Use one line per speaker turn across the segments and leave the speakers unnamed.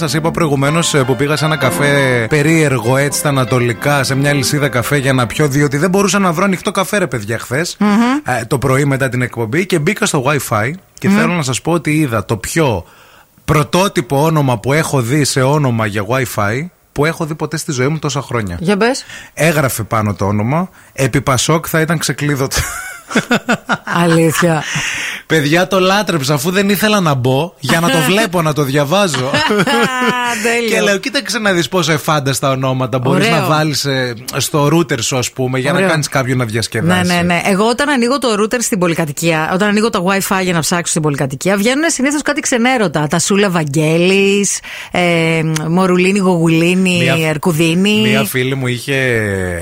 Σας είπα προηγουμένως που πήγα σε ένα καφέ περίεργο έτσι στα Ανατολικά, σε μια λυσίδα καφέ για να πιω, διότι δεν μπορούσα να βρω ανοιχτό καφέ, ρε παιδιά, χθες το πρωί μετά την εκπομπή και μπήκα στο WiFi και θέλω να σας πω ότι είδα το πιο πρωτότυπο όνομα που έχω δει σε όνομα για WiFi που έχω δει ποτέ στη ζωή μου τόσα χρόνια.
Για μπε.
Έγραφε πάνω το όνομα, επί Πασόκ θα ήταν ξεκλείδωτο.
Αλήθεια.
Παιδιά το λάτρεψα αφού δεν ήθελα να μπω για να το βλέπω, να το διαβάζω.
Τέλειο.
και λέω, κοίταξε να δεις πόσο εφάνταστα ονόματα μπορείς
Ωραίο.
να βάλει στο router σου, ας πούμε, για να
Ωραίο.
κάνεις κάποιον να διασκεδάσει.
Ναι, ναι, ναι. Εγώ όταν ανοίγω το router στην πολυκατοικία, όταν ανοίγω το WiFi για να ψάξω στην πολυκατοικία, βγαίνουν συνήθως κάτι ξενέρωτα. Τα Σούλα Βαγγέλης, ε, Μορουλίνη, Γογουλίνη,
Μία-
ναι, Ερκουδίνη.
Μία φίλη μου είχε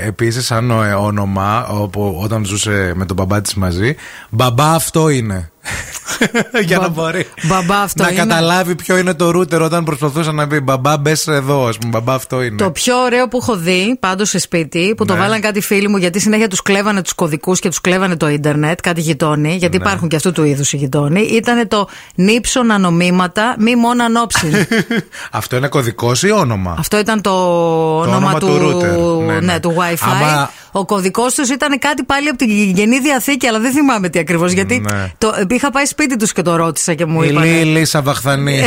επίση σαν ο- ε, όνομα όπου, όταν ζούσε με τον μπαμπά της μαζί. Μπαμπά αυτό είναι. Για να
Μπα-
μπορεί
μπαμπά αυτό
να
είναι.
καταλάβει ποιο είναι το router όταν προσπαθούσε να πει μπαμπά μπες εδώ, ας πούμε. Μπαμπά αυτό είναι.
Το πιο ωραίο που έχω δει πάντως σε σπίτι, που το
Ναι.
βάλαν κάτι φίλοι μου, γιατί συνέχεια τους κλέβανε τους κωδικούς και τους κλέβανε το ίντερνετ, κάτι γειτόνι, γιατί
Ναι.
υπάρχουν και αυτού του είδους οι γειτόνι, ήταν το νύψωνα νομίματα, μη μόνο ανόψιν.
αυτό είναι κωδικός ή όνομα.
Αυτό ήταν το, όνομα
όνομα
του,
του router. Ναι,
ναι,
ναι.
του Wi-Fi.
Άμα-
Ο κωδικός τους ήταν κάτι πάλι από την Γενή Διαθήκη, αλλά δεν θυμάμαι τι ακριβώς. Γιατί
Ναι.
το, είχα πάει σπίτι τους και το ρώτησα και μου
Η
είπαν.
Λίλη Σαβαχθανή.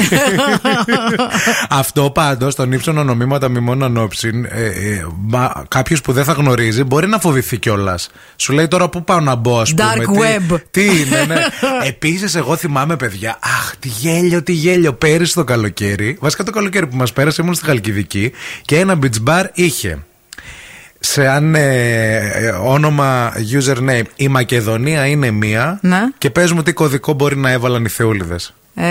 Αυτό πάντως, τον ύψωνο νομίματα μη μόνο ανόψιν, ε, ε, μα κάποιος που δεν θα γνωρίζει μπορεί να φοβηθεί κιόλας. Σου λέει τώρα πού πάω να μπω, ας πούμε.
Dark
τι-
web.
Τι, είναι, ναι. Επίσης, εγώ θυμάμαι, παιδιά, αχ, τι γέλιο, τι γέλιο. Πέρυσι το καλοκαίρι, βασικά το καλοκαίρι που μας πέρασε, ήμουν στη Χαλκιδική και ένα beach bar είχε. Σε αν ε, ε, όνομα username η Μακεδονία είναι μία
Ναι.
και πες μου τι κωδικό μπορεί να έβαλαν οι θεούλιδες.
Ε,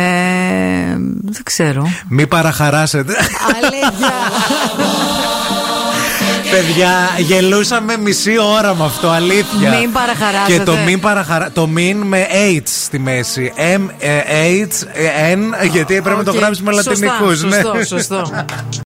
δεν ξέρω.
Μη παραχαράσετε.
Αλήθεια.
Παιδιά, γελούσαμε μισή ώρα με αυτό, αλήθεια.
Μην παραχαράσετε.
Και το μην παραχαρα... το μην με H στη μέση. M, ε, H, ε, N, γιατί πρέπει να το
Οκ.
γράψεις με
Σωστά,
λατινικούς. ναι.
Σωστό, σωστό.